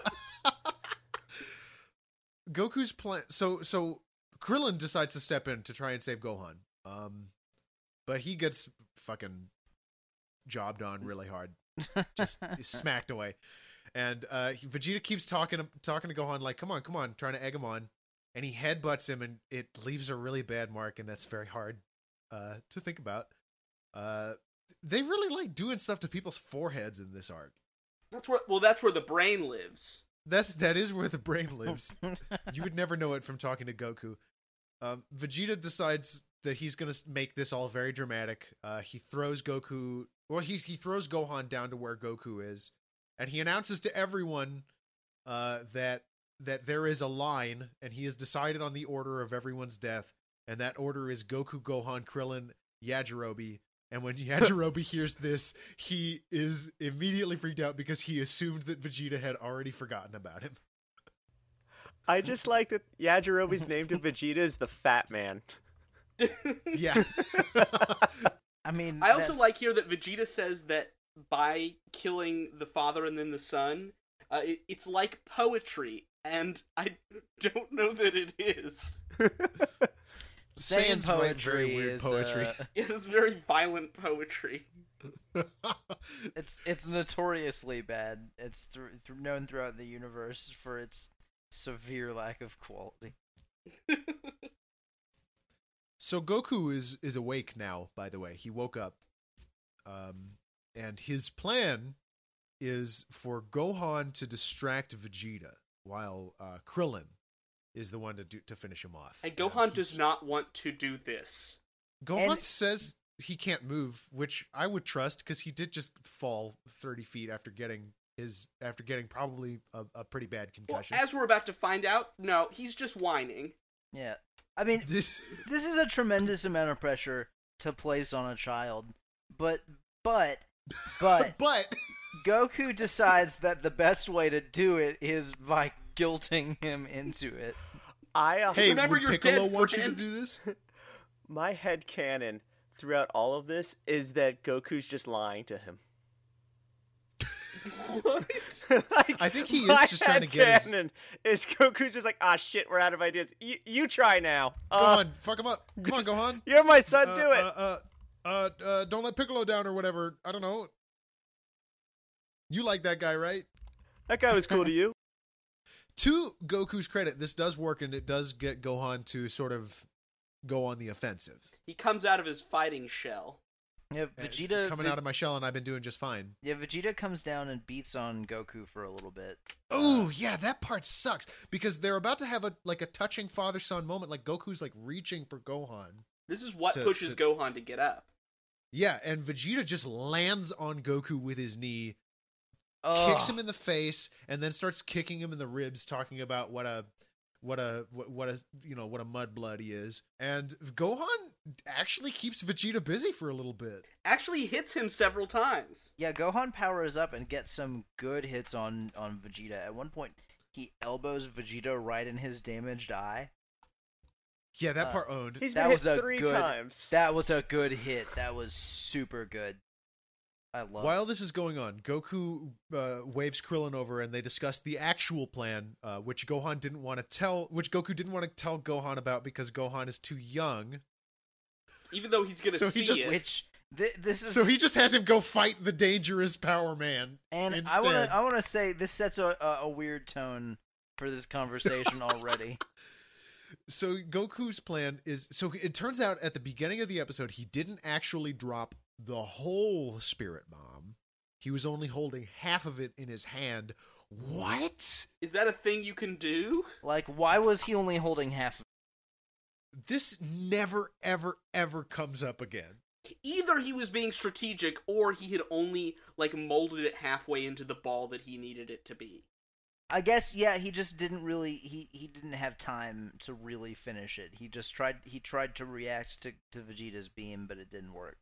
A: Goku's plan. So, so Krillin decides to step in to try and save Gohan. Um, but he gets fucking jobbed on really hard, just smacked away. And uh, he- Vegeta keeps talking, talking to Gohan like, "Come on, come on," trying to egg him on. And he headbutts him, and it leaves a really bad mark, and that's very hard uh, to think about. Uh, they really like doing stuff to people's foreheads in this arc.
B: That's where well, that's where the brain lives.
A: That's that is where the brain lives. you would never know it from talking to Goku. Um, Vegeta decides that he's gonna s- make this all very dramatic. Uh, he throws Goku, well, he he throws Gohan down to where Goku is, and he announces to everyone uh, that that there is a line, and he has decided on the order of everyone's death, and that order is Goku, Gohan, Krillin, Yajirobe. And when Yajirobe hears this, he is immediately freaked out because he assumed that Vegeta had already forgotten about him.
C: I just like that Yajirobe's name to Vegeta is the Fat Man.
A: Yeah.
D: I mean,
B: I also
D: that's-
B: like here that Vegeta says that by killing the father and then the son, uh, it, it's like poetry, and I don't know that it is.
D: Saiyan
A: Sans write very
D: poetry
A: weird
D: is,
A: poetry.
D: uh,
B: It is very violent poetry.
D: uh, it's it's notoriously bad. It's thr thr- known throughout the universe for its severe lack of quality.
A: so Goku is is awake now, by the way. He woke up. Um and his plan is for Gohan to distract Vegeta while uh Krillin is the one to do, to finish him off.
B: And
A: You know,
B: Gohan
A: he-
B: does not want to do this.
A: Gohan
D: and-
A: says he can't move, which I would trust cuz he did just fall 30 feet after getting his after getting probably a, a pretty bad
B: Well,
A: concussion.
B: as we're about to find out, no, he's just whining.
D: Yeah, I mean, this is a tremendous amount of pressure to place on a child, but but but
A: but
D: Goku decides that the best way to do it is by guilting him into it.
C: I uh,
A: hey,
B: Remember
A: would
B: your
A: Piccolo
B: dead
A: want you
B: friend?
A: to do this?
C: my head canon throughout all of this is that Goku's just lying to him.
B: What?
C: Like,
A: I think he is
C: my
A: just trying to
C: head
A: get his-
C: canon is Goku just like ah shit we're out of ideas. You you try now.
A: Go
C: Uh,
A: on, fuck him up. Come on, Gohan.
C: You're my son.
A: Uh,
C: do it.
A: Uh, uh, uh, uh, don't let Piccolo down or whatever. I don't know. You like that guy, right?
C: that guy was cool to you.
A: To Goku's credit, this does work and it does get Gohan to sort of go on the offensive.
B: he comes out of his fighting shell.
D: Yeah,
A: Uh,
D: Vegeta
A: coming
D: Ve-
A: out of my shell, and I've been doing just fine.
D: yeah Vegeta comes down and beats on Goku for a little bit.
A: Oh yeah, that part sucks because they're about to have a like a touching father son moment. Like Goku's like reaching for Gohan.
B: This is what
A: To-
B: pushes
A: to-
B: Gohan to get up.
A: Yeah, and Vegeta just lands on Goku with his knee
D: Uh,
A: kicks him in the face and then starts kicking him in the ribs talking about what a what a what, what a you know what a mudblood he is and gohan actually keeps vegeta busy for a little bit
B: Actually hits him several times.
D: Yeah, Gohan powers up and gets some good hits on on Vegeta. At one point, he elbows Vegeta right in his damaged eye.
A: yeah that
D: Uh,
A: part owned
C: He's
D: that
C: been hit
D: was a
C: three
D: good-
C: times.
D: That was a good hit. That was super good. I love.
A: while this is going on goku uh, waves krillin over and they discuss the actual plan uh, which gohan didn't want to tell which goku didn't want to tell gohan about because gohan is too young
B: Even though he's gonna
A: So he
B: see
A: just
B: it.
D: which th- this is.
A: so he just has him go fight the dangerous power man
D: and I
A: instead.
D: want to. I want to say this sets a, a a weird tone for this conversation already.
A: So Goku's plan is so it turns out at the beginning of the episode he didn't actually drop the whole spirit bomb. He was only holding half of it in his hand. What?
B: Is that a thing you can do?
D: Like, why was he only holding half? of
A: This never ever ever comes up again.
B: Either he was being strategic, or he had only like molded it halfway into the ball that he needed it to be.
D: I guess yeah, he just didn't really he he didn't have time to really finish it. He just tried he tried to react to to Vegeta's beam, but it didn't work.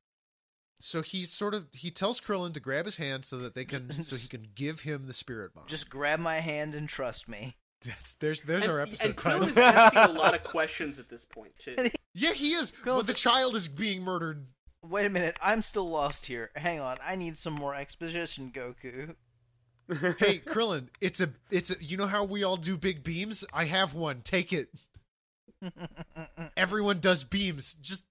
A: So he sort of he tells Krillin to grab his hand so that they can so he can give him the spirit bomb.
D: Just grab my hand and trust me.
A: That's, there's there's
B: and,
A: our episode
B: and Crow
A: title.
B: is asking a lot of questions at this point too.
A: yeah, he is. Well,
D: Krill's-
A: the child is being murdered.
D: Wait a minute, I'm still lost here. Hang on, I need some more exposition, Goku.
A: Hey, Krillin, it's a it's a, you know how we all do big beams? I have one. Take it. Everyone does beams. Just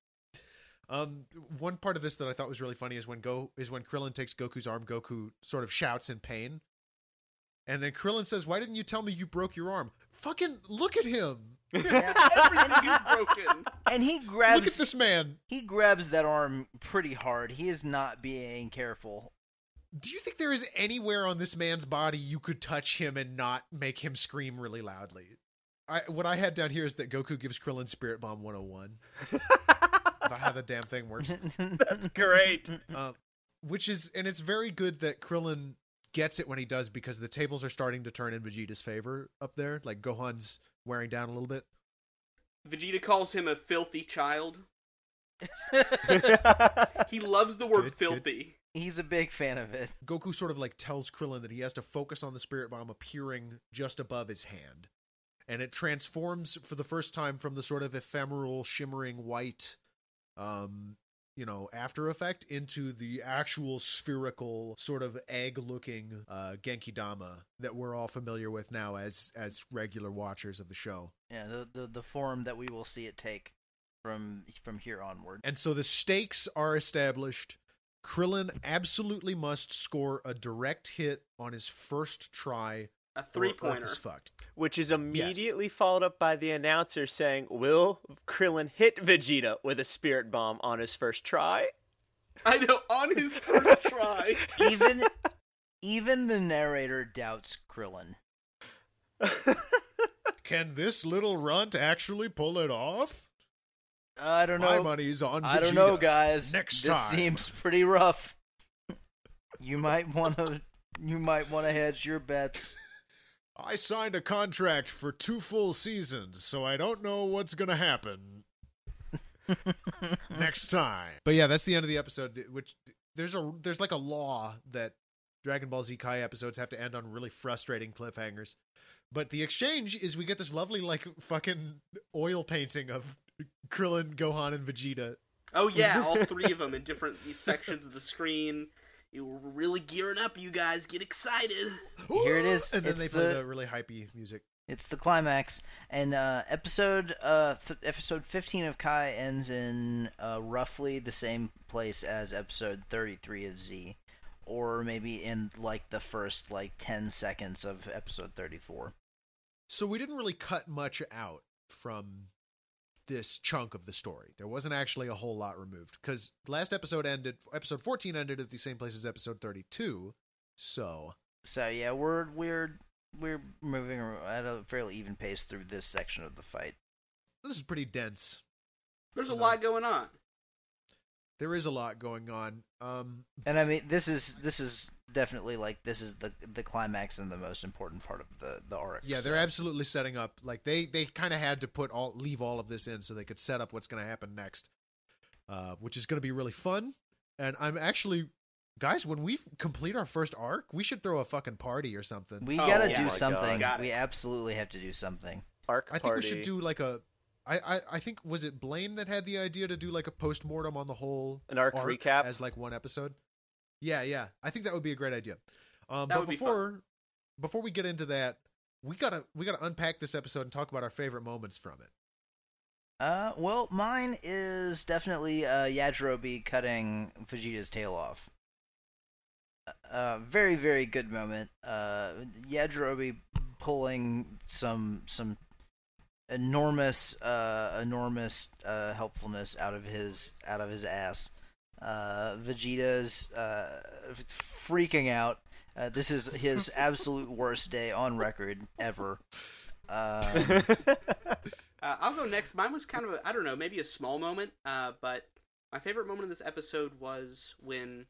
A: um one part of this that I thought was really funny is when Go is when Krillin takes Goku's arm, Goku sort of shouts in pain. And then Krillin says, "Why didn't you tell me you broke your arm?" Fucking look at him.
B: Everything is broken.
D: And he
A: Look at
D: grabs
A: this man.
D: he grabs that arm pretty hard. He is not being careful.
A: Do you think there is anywhere on this man's body you could touch him and not make him scream really loudly? I, what I had down here is that Goku gives Krillin Spirit Bomb 101 about how the damn thing works,
C: That's great.
A: uh, which is and it's very good that Krillin gets it when he does because the tables are starting to turn in Vegeta's favor up there. Like Gohan's wearing down a little bit.
B: Vegeta calls him a filthy child. He loves the word
A: Good, good.
B: filthy.
D: He's a big fan of it.
A: Goku sort of like tells Krillin that he has to focus on the spirit bomb appearing just above his hand. And it transforms for the first time from the sort of ephemeral, shimmering white, um, you know, after effect into the actual spherical, sort of egg-looking uh, Genki Dama that we're all familiar with now as as regular watchers of the show.
D: Yeah, the the, the form that we will see it take from from here onward.
A: And so the stakes are established. Krillin absolutely must score a direct hit on his first try.
B: A
A: or
B: three
A: Earth
B: pointer.
A: is fucked.
C: Which is immediately followed up by the announcer saying, Will Krillin hit Vegeta with a spirit bomb on his first try?
B: I know, on his first try.
D: Even even the narrator doubts Krillin.
A: Can this little runt actually pull it off?
D: I don't know.
A: My money's on Vegeta.
D: I don't know, guys.
A: Next
D: this
A: time.
D: seems pretty rough. You might want to you might want to hedge your bets.
A: I signed a contract for two full seasons, so I don't know what's gonna happen next time. But yeah, that's the end of the episode. th- Which there's a there's like a law that Dragon Ball Z Kai episodes have to end on really frustrating cliffhangers. But the exchange is we get this lovely like fucking oil painting of Krillin, Gohan, and Vegeta
B: Oh yeah, all three of them in different sections of the screen. You were really gearing up, you guys. Get excited.
D: Here it is.
A: And then
D: It's
A: they play
D: the-
A: the really hypey music.
D: It's the climax, and uh, episode uh, th- episode fifteen of Kai ends in uh, roughly the same place as episode thirty three of Z, or maybe in like the first like ten seconds of episode thirty four.
A: So we didn't really cut much out from this chunk of the story. There wasn't actually a whole lot removed because last episode ended, episode 14 ended at the same place as episode 32. So
D: So yeah, we're we're we're moving at a fairly even pace through this section of the fight.
A: this is pretty dense.
B: There's a
A: No.
B: lot going on.
A: There is a lot going on. Um,
D: And I mean, this is this is definitely like this is the the climax and the most important part of the the arc.
A: yeah,
D: so.
A: they're absolutely setting up. Like they they kind of had to put all leave all of this in so they could set up what's going to happen next, uh, which is going to be really fun. And I'm actually, guys, when we f- complete our first arc, we should throw a fucking party or something.
D: we
B: Oh,
D: gotta
B: yeah.
D: do
B: Oh my
C: God.
D: something.
B: Got it.
D: We absolutely have to do something.
C: Arc
A: I think we
C: party.
A: should do like a. I, I I think was it Blaine that had the idea to do like a post mortem on the whole
C: An arc recap?
A: as like one episode. Yeah, yeah. I think that would be a great idea. Um,
B: That
A: but
B: would be fun.
A: before before we get into that, we gotta we gotta unpack this episode and talk about our favorite moments from it.
D: Uh, well, mine is definitely uh, Yajirobe cutting Vegeta's tail off. Uh, very very good moment. Uh, Yajirobe pulling some some enormous, uh, enormous uh, helpfulness out of his out of his ass. Uh, Vegeta's uh, f- freaking out. Uh, this is his absolute worst day on record ever. Uh,
B: Uh, I'll go next. Mine was kind of a, I don't know, maybe a small moment, uh, but my favorite moment in this episode was when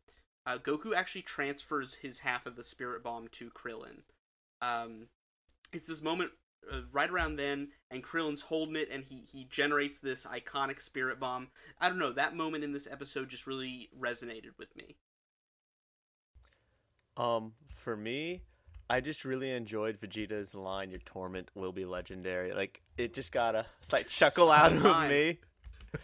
B: uh, Goku actually transfers his half of the Spirit Bomb to Krillin. Um, it's this moment uh, right around then, and Krillin's holding it, and he he generates this iconic Spirit Bomb. I don't know. That moment in this episode just really resonated with me.
C: Um, for me, I just really enjoyed Vegeta's line, "Your torment will be legendary." Like it just got a slight chuckle out of
B: Line.
C: me.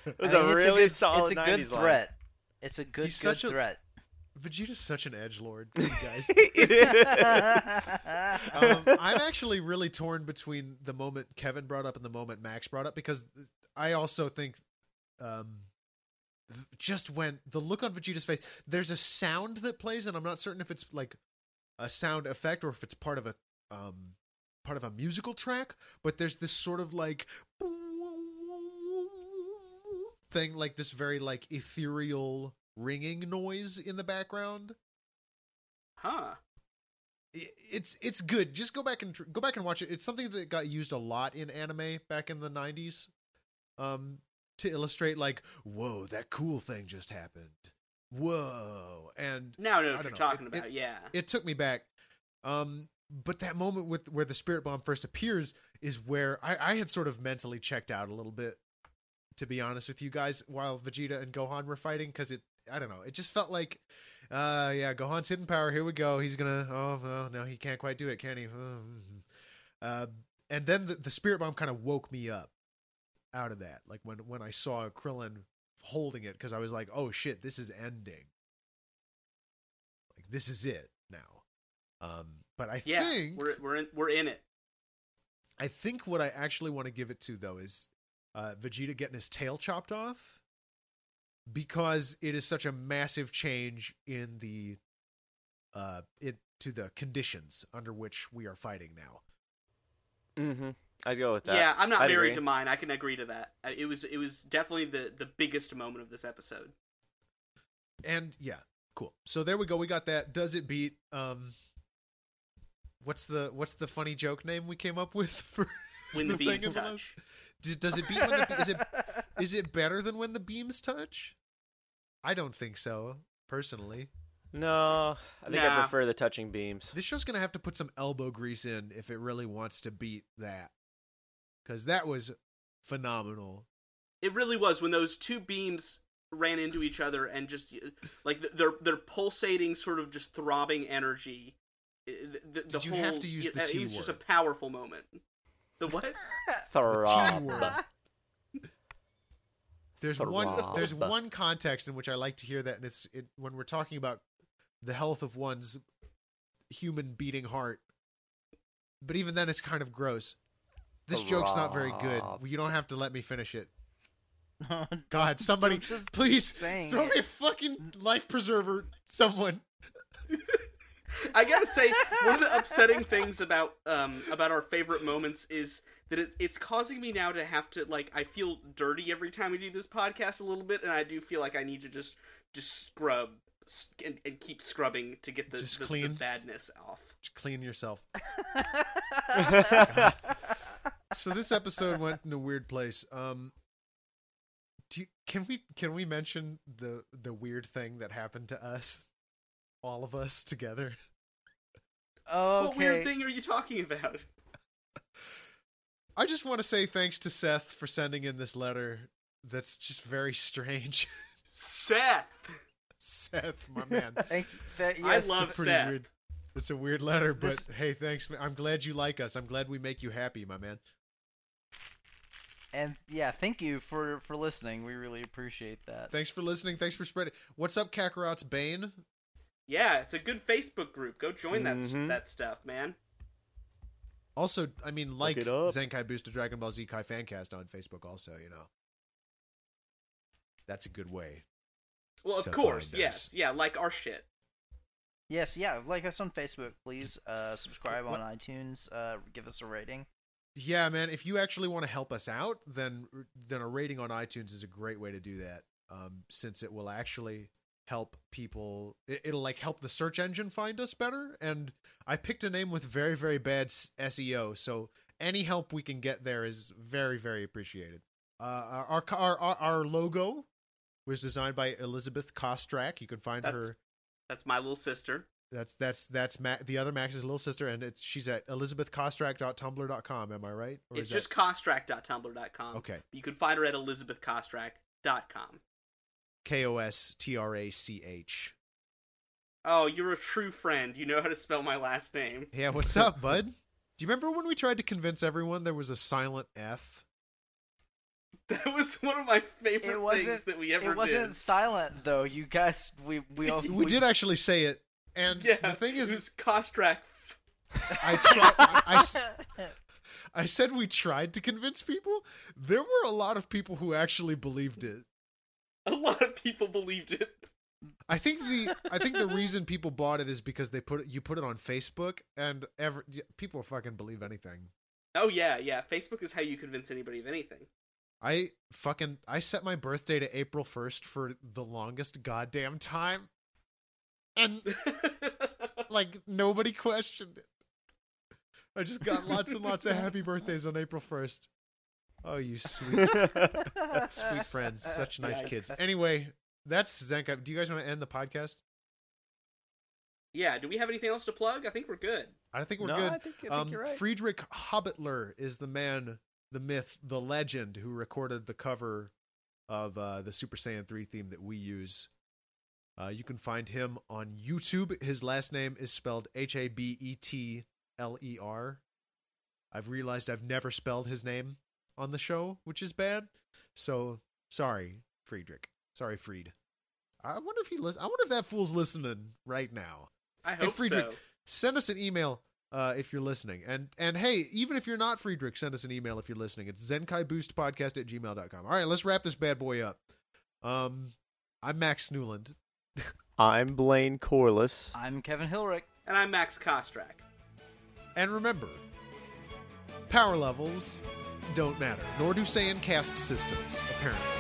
C: It was
D: I mean,
C: a
D: it's
C: really
D: good-
C: solid
D: It's a good
C: 90s line.
D: threat. It's a good
A: He's
D: good
A: such a-
D: threat.
A: Vegeta's such an edge lord, guys.
D: I
A: um, I'm actually really torn between the moment Kevin brought up and the moment Max brought up because I also think, um, th- just when the look on Vegeta's face, there's a sound that plays, and I'm not certain if it's like a sound effect or if it's part of a um part of a musical track, but there's this sort of like thing, like this very like ethereal ringing noise in the background
B: Huh.
A: i- it's it's good. Just go back and tr- go back and watch it. It's something that got used a lot in anime back in the '90s, um, to illustrate like, whoa, that cool thing just happened. Whoa, and
B: Now I know
A: I
B: what
A: don't
B: you're
A: know.
B: talking
A: It-
B: about. yeah.
A: it took me back. Um, but that moment with where the spirit bomb first appears is where I, I had sort of mentally checked out a little bit, to be honest with you guys, while Vegeta and Gohan were fighting because it I don't know it just felt like, uh yeah Gohan's hidden power here we go he's gonna oh well, no he can't quite do it can he, uh, and then the, the spirit bomb kind of woke me up out of that like when when I saw Krillin holding it because I was like oh shit this is ending like this is it now um but i
B: Yeah.
A: think
B: We're we're in we're in it.
A: i think what i actually want to give it to though is uh vegeta getting his tail chopped off because it is such a massive change in the uh it to the conditions under which we are fighting now
C: Mm-hmm. I'd go with that.
B: Yeah, I'm not
C: I'd
B: married
C: agree.
B: to mine. I can agree to that. Uh, It was it was definitely the the biggest moment of this episode.
A: and yeah cool so there we go we got that does it beat um what's the what's the funny joke name we came up with for
B: When the
A: for Dragon
B: beams
A: Ball?
B: touch.
A: Does- does it beat when the, is it Is it better than when the beams touch? I don't think so, personally.
C: No, I think I
B: Nah.
C: prefer the touching beams.
A: This show's gonna have to put some elbow grease in if it really wants to beat that, because that was phenomenal.
B: It really was when those two beams ran into each other and just uh, like th- their their pulsating sort of just throbbing energy. Uh, The, the, the
A: Did you have
B: whole-
A: to use
B: it,
A: the
B: uh,
A: T
B: It was just a
A: word?
B: powerful moment. The what?
D: um,
C: Throb.
A: word. There's one. There's
C: Throb.
A: one context in which I like to hear that, and it's it, when we're talking about the health of one's human beating heart. But even then, it's kind of gross. This joke's not very good.
C: Throb.
A: You don't have to let me finish it. God, somebody,
D: Don't just
A: please
D: sing
A: throw
D: it.
A: me a fucking life preserver. Someone.
B: I gotta say, one of the upsetting things about um about our favorite moments is that it's it's causing me now to have to like I feel dirty every time we do this podcast a little bit, and I do feel like I need to just just scrub s- and, and keep scrubbing to get the,
A: Just
B: the- the
A: clean.
B: badness off.
A: Just clean yourself. So this episode went in a weird place. Um, do you, can we can we mention the the weird thing that happened to us, all of us together?
B: What weird
D: okay.
B: thing are you talking about?
A: I just want to say thanks to Seth for sending in this letter. That's just very strange,
B: Seth.
A: Seth, my man.
D: Thank that,
B: I
D: yes.
B: love
A: It's a pretty
B: Seth.
A: weird. It's a weird letter, but
D: This-
A: hey, thanks. man. I'm glad you like us. I'm glad we make you happy, my man.
D: and yeah, thank you for for listening. We really appreciate that.
A: Thanks for listening. Thanks for spreading. What's up, Kakarot's Bane?
B: Yeah, it's a good Facebook group. Go join that s
A: Mm-hmm.
C: Mhm.
B: that stuff, man.
A: Also, I mean, like
C: it up.
A: Zenkai Boost to Dragon Ball Z Kai Fancast on Facebook, also, you know. That's a good way.
B: Well, of
A: To
B: course,
A: find
B: yes,
A: us.
B: yeah, like our shit.
D: Yes, yeah, like us on Facebook, please. Uh, subscribe on iTunes. Uh, give us a rating.
A: Yeah, man. If you actually want to help us out, then then a rating on iTunes is a great way to do that. Um, since it will actually help people, it, it'll like help the search engine find us better. And I picked a name with very very bad s- SEO, so any help we can get there is very very appreciated. Uh, our, our our our logo was designed by Elizabeth Kostrak. You can find
B: That's-
A: her
B: That's my little sister.
A: that's that's that's Ma- the other Max's little sister, and it's she's at elizabethkostrak.tumblr.com. Am I right? Or
B: it's
A: is that-
B: just costrack.tumblr.com.
A: okay.
B: You can find her at elizabethcostrack.com.
A: K O S T R A C H.
B: Oh, you're a true friend. You know how to spell my last name.
A: Yeah, what's up, bud? Do you remember when we tried to convince everyone there was a silent F?
B: That was one of my favorite
D: It wasn't.
B: things that we ever
D: it wasn't
B: did.
D: silent though. You guys, we Oh, we all,
A: We, did actually say it, and
B: Yeah,
A: the thing is,
B: it was Kostrack.
A: I tried. I, I s- I said we tried to convince people. There were a lot of people who actually believed it.
B: A lot of people believed it.
A: I think the I think the reason people bought it is because they put it, you put it on Facebook and ever people fucking believe anything.
B: Oh yeah, yeah. Facebook is how you convince anybody of anything.
A: I fucking I set my birthday to April 1st for the longest goddamn time and like nobody questioned it. I just got lots and lots of happy birthdays on April 1st. Oh, you sweet sweet friends, such nice
B: Yeah.
A: kids. Anyway, that's Zenka. Do you guys want to end the podcast?
B: yeah. Do we have anything else to plug? I think we're good.
A: I think we're
C: no,
A: good.
C: I think, I think
A: um,
C: you're right.
A: Friedrich Hobbitler is the man, the myth, the legend who recorded the cover of uh, the Super Saiyan 3 theme that we use. Uh, you can find him on YouTube. His last name is spelled H A B E T L E R. I've realized I've never spelled his name on the show, which is bad. So sorry, Friedrich. Sorry, Fried. I wonder if he listen. I wonder if that fool's listening right now
B: I hope
A: Friedrich-
B: so.
A: send us an email uh, if you're listening. And and hey, even if you're not Friedrich, send us an email if you're listening. It's zenkaiboostpodcast at gmail.com. All right, let's wrap this bad boy up. Um, I'm Max Newland.
C: I'm Blaine Corliss.
D: I'm Kevin Hilrich.
B: And I'm Max Kostrack.
A: And remember, power levels don't matter, nor do Saiyan caste systems, apparently.